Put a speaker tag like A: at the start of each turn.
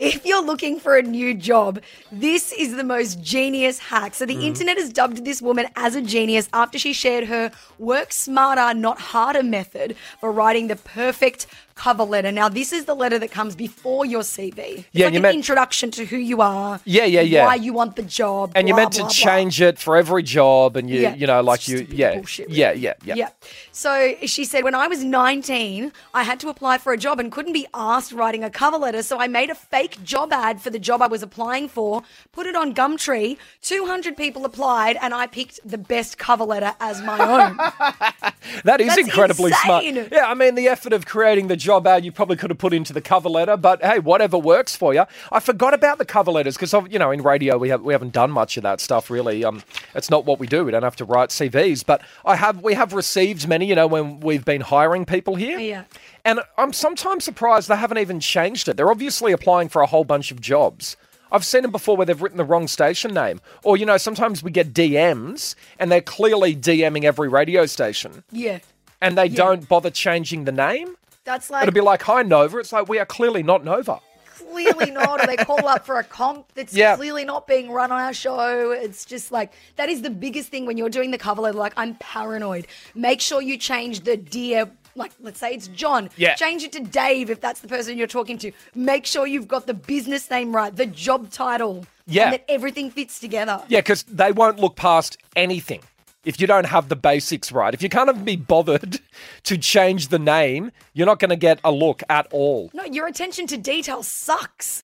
A: If you're looking for a new job, this is the most genius hack. So,
B: Mm.
A: the internet has dubbed this woman as a genius after she shared her work smarter, not harder method for writing the perfect cover letter. Now, this is the letter that comes before your CV. It's
B: Yeah,
A: like
B: you
A: an
B: meant-
A: introduction to who you are.
B: Yeah, yeah, yeah.
A: Why you want the job.
B: and you're
A: blah,
B: meant to
A: blah, blah.
B: change it for every job and you
A: Yeah,
B: you know
A: it's
B: like
A: just
B: you
A: a bit of
B: yeah,
A: bullshit,
B: yeah
A: really.
B: yeah yeah
A: Yeah. So she said, when I was 19, I had to apply for a job and couldn't be asked writing a cover letter. So I made a fake job ad for the job I was applying for, put it on Gumtree. 200 people applied, and I picked the best cover letter as my own.
B: that is
A: That's
B: incredibly
A: insane.
B: smart yeah i mean the effort of creating the job ad you probably could have put into the cover letter but hey whatever works for you i forgot about the cover letters because you know in radio we, have, we haven't done much of that stuff really um it's not what we do we don't have to write cvs but i have we have received many you know when we've been hiring people here
A: Yeah.
B: and i'm sometimes surprised they haven't even changed it they're obviously applying for a whole bunch of jobs I've seen them before where they've written the wrong station name. Or, you know, sometimes we get DMs and they're clearly DMing every radio station
A: yeah.
B: and they don't bother changing the name.
A: That's like
B: It'll be like, hi, Nova. It's like, we are clearly not Nova.
A: clearly not. Or they call up for a comp that's
B: Yeah.
A: clearly not being run on our show. It's just like that is the biggest thing when you're doing the cover letter. Like I'm paranoid. Make sure you change the dear. Like, let's say it's John.
B: Yeah.
A: Change it to Dave if that's the person you're talking to. Make sure you've got the business name right, the job title,
B: Yeah.
A: and that everything fits together.
B: Yeah, because they won't look past anything if you don't have the basics right. If you can't even be bothered to change the name, you're not going to get a look at all.
A: No, your attention to detail sucks.